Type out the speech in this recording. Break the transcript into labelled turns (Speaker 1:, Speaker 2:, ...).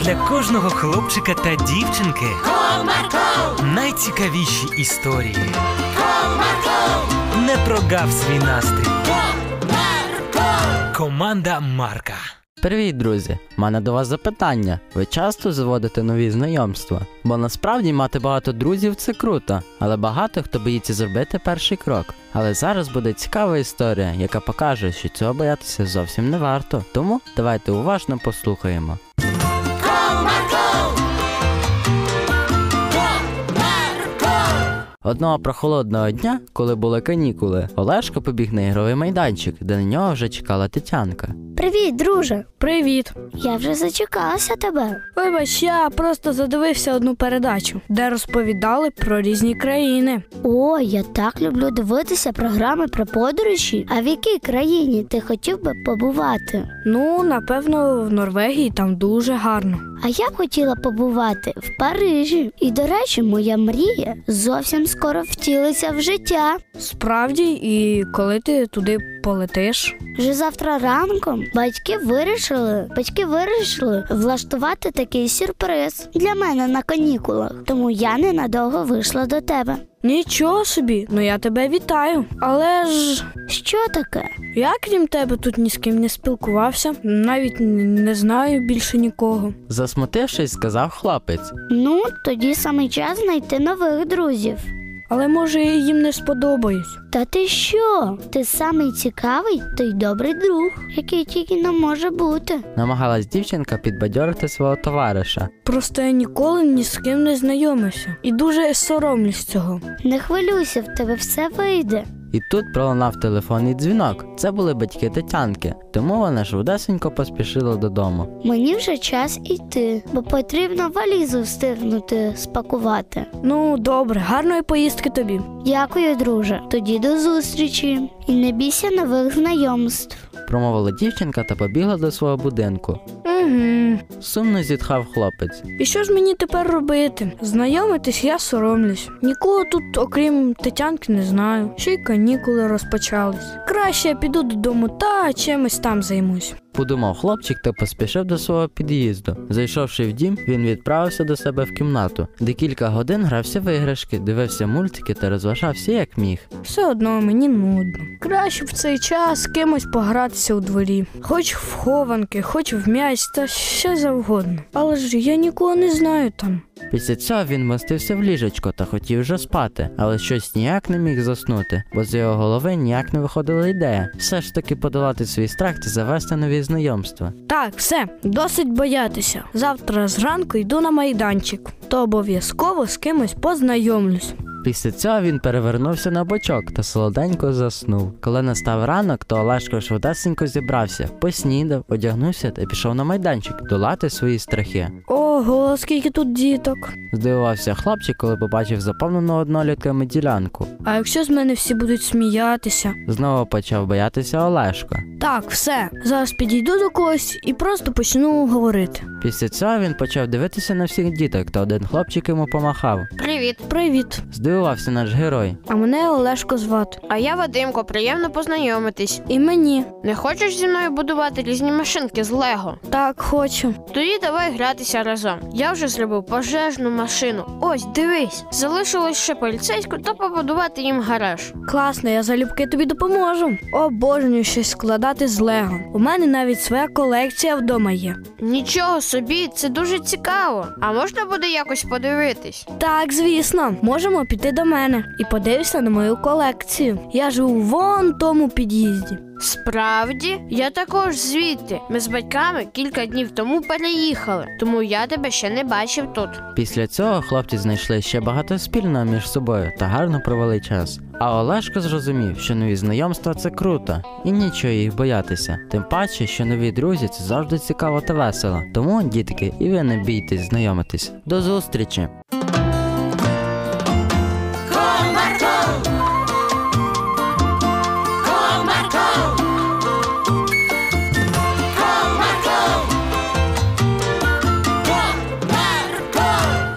Speaker 1: для кожного хлопчика та дівчинки
Speaker 2: Comarco,
Speaker 1: найцікавіші історії.
Speaker 2: comarco,
Speaker 1: Не прогав свій настрій.
Speaker 2: comarco.
Speaker 1: Команда Марка.
Speaker 3: Привіт, друзі! У мене до вас запитання. Ви часто заводите нові знайомства? Бо насправді мати багато друзів це круто, але багато хто боїться зробити перший крок. Але зараз буде цікава історія, яка покаже, що цього боятися зовсім не варто. Тому давайте уважно послухаємо. Одного прохолодного дня, коли були канікули, Олешко побіг на ігровий майданчик, де на нього вже чекала Тетянка.
Speaker 4: Привіт, друже.
Speaker 5: Привіт!
Speaker 4: Я вже зачекалася тебе.
Speaker 5: Вибач, я просто задивився одну передачу, де розповідали про різні країни.
Speaker 4: О, я так люблю дивитися програми про подорожі. А в якій країні ти хотів би побувати?
Speaker 5: Ну, напевно, в Норвегії там дуже гарно.
Speaker 4: А я б хотіла побувати в Парижі. І, до речі, моя мрія зовсім скоро втілиться в життя.
Speaker 5: Справді, і коли ти туди полетиш?
Speaker 4: Вже завтра ранком батьки вирішили, батьки вирішили влаштувати такий сюрприз для мене на канікулах. Тому я ненадовго вийшла до тебе.
Speaker 5: Нічого собі, ну я тебе вітаю. Але ж
Speaker 4: Що таке?
Speaker 5: я крім тебе тут ні з ким не спілкувався, навіть н- не знаю більше нікого.
Speaker 3: Засмутившись, сказав хлопець.
Speaker 4: Ну, тоді саме час знайти нових друзів.
Speaker 5: Але може я їм не сподобаюсь.
Speaker 4: Та ти що? Ти самий цікавий та й добрий друг, який тільки не може бути.
Speaker 3: Намагалась дівчинка підбадьорити свого товариша.
Speaker 5: Просто я ніколи ні з ким не знайомився і дуже соромлюсь цього.
Speaker 4: Не хвилюйся, в тебе все вийде.
Speaker 3: І тут пролунав телефонний дзвінок. Це були батьки Тетянки, тому вона жудесенько поспішила додому.
Speaker 4: Мені вже час іти, бо потрібно валізу встигнути спакувати.
Speaker 5: Ну, добре, гарної поїздки тобі.
Speaker 4: Дякую, друже. Тоді до зустрічі і не бійся нових знайомств.
Speaker 3: Промовила дівчинка та побігла до свого будинку.
Speaker 5: Угу.
Speaker 3: Сумно зітхав хлопець.
Speaker 5: І що ж мені тепер робити? Знайомитись я соромлюсь. Нікого тут, окрім Тетянки, не знаю. Ще й канікули розпочались. Краще я піду додому та чимось там займусь.
Speaker 3: Подумав хлопчик та поспішив до свого під'їзду. Зайшовши в дім, він відправився до себе в кімнату, де кілька годин грався в іграшки, дивився мультики та розважався як міг.
Speaker 5: Все одно мені нудно. Краще б в цей час з кимось погратися у дворі. Хоч в хованки, хоч в м'яч, та ще завгодно. Але ж я нікого не знаю там.
Speaker 3: Після цього він мостився в ліжечко та хотів вже спати, але щось ніяк не міг заснути, бо з його голови ніяк не виходила ідея все ж таки подолати свій страх та завести нові знайомства.
Speaker 5: Так, все, досить боятися. Завтра зранку йду на майданчик, то обов'язково з кимось познайомлюсь.
Speaker 3: Після цього він перевернувся на бочок та солоденько заснув. Коли настав ранок, то Олешко швидесенько зібрався, поснідав, одягнувся та пішов на майданчик долати свої страхи.
Speaker 5: Ого, скільки тут діток.
Speaker 3: Здивувався хлопчик, коли побачив заповнену однолітками ділянку.
Speaker 5: А якщо з мене всі будуть сміятися?
Speaker 3: Знову почав боятися Олешко.
Speaker 5: Так, все, зараз підійду до когось і просто почну говорити.
Speaker 3: Після цього він почав дивитися на всіх діток, та один хлопчик йому помахав.
Speaker 6: Привіт,
Speaker 5: Привіт,
Speaker 3: Здивувався наш герой.
Speaker 5: а мене Олешко звати.
Speaker 6: а я Вадимко, приємно познайомитись.
Speaker 5: І мені
Speaker 6: Не хочеш зі мною будувати різні машинки з Лего?
Speaker 5: так хочу.
Speaker 6: Тоді давай гратися разом. Я вже зробив пожежну машину. Ось, дивись, залишилось ще поліцейську та побудувати їм гараж.
Speaker 5: Класно, я залюбки тобі допоможу. Обожнюю щось складати з Лего. У мене навіть своя колекція вдома є.
Speaker 6: Нічого собі, це дуже цікаво. А можна буде якось подивитись?
Speaker 5: Так, звісно, можемо піти до мене і подивишся на мою колекцію. Я живу вон в тому під'їзді.
Speaker 6: Справді, я також звідти. Ми з батьками кілька днів тому переїхали, тому я тебе ще не бачив тут.
Speaker 3: Після цього хлопці знайшли ще багато спільного між собою та гарно провели час. А Олешко зрозумів, що нові знайомства це круто і нічого їх боятися. Тим паче, що нові друзі це завжди цікаво та весело. Тому, дітки, і ви не бійтесь знайомитись. До зустрічі!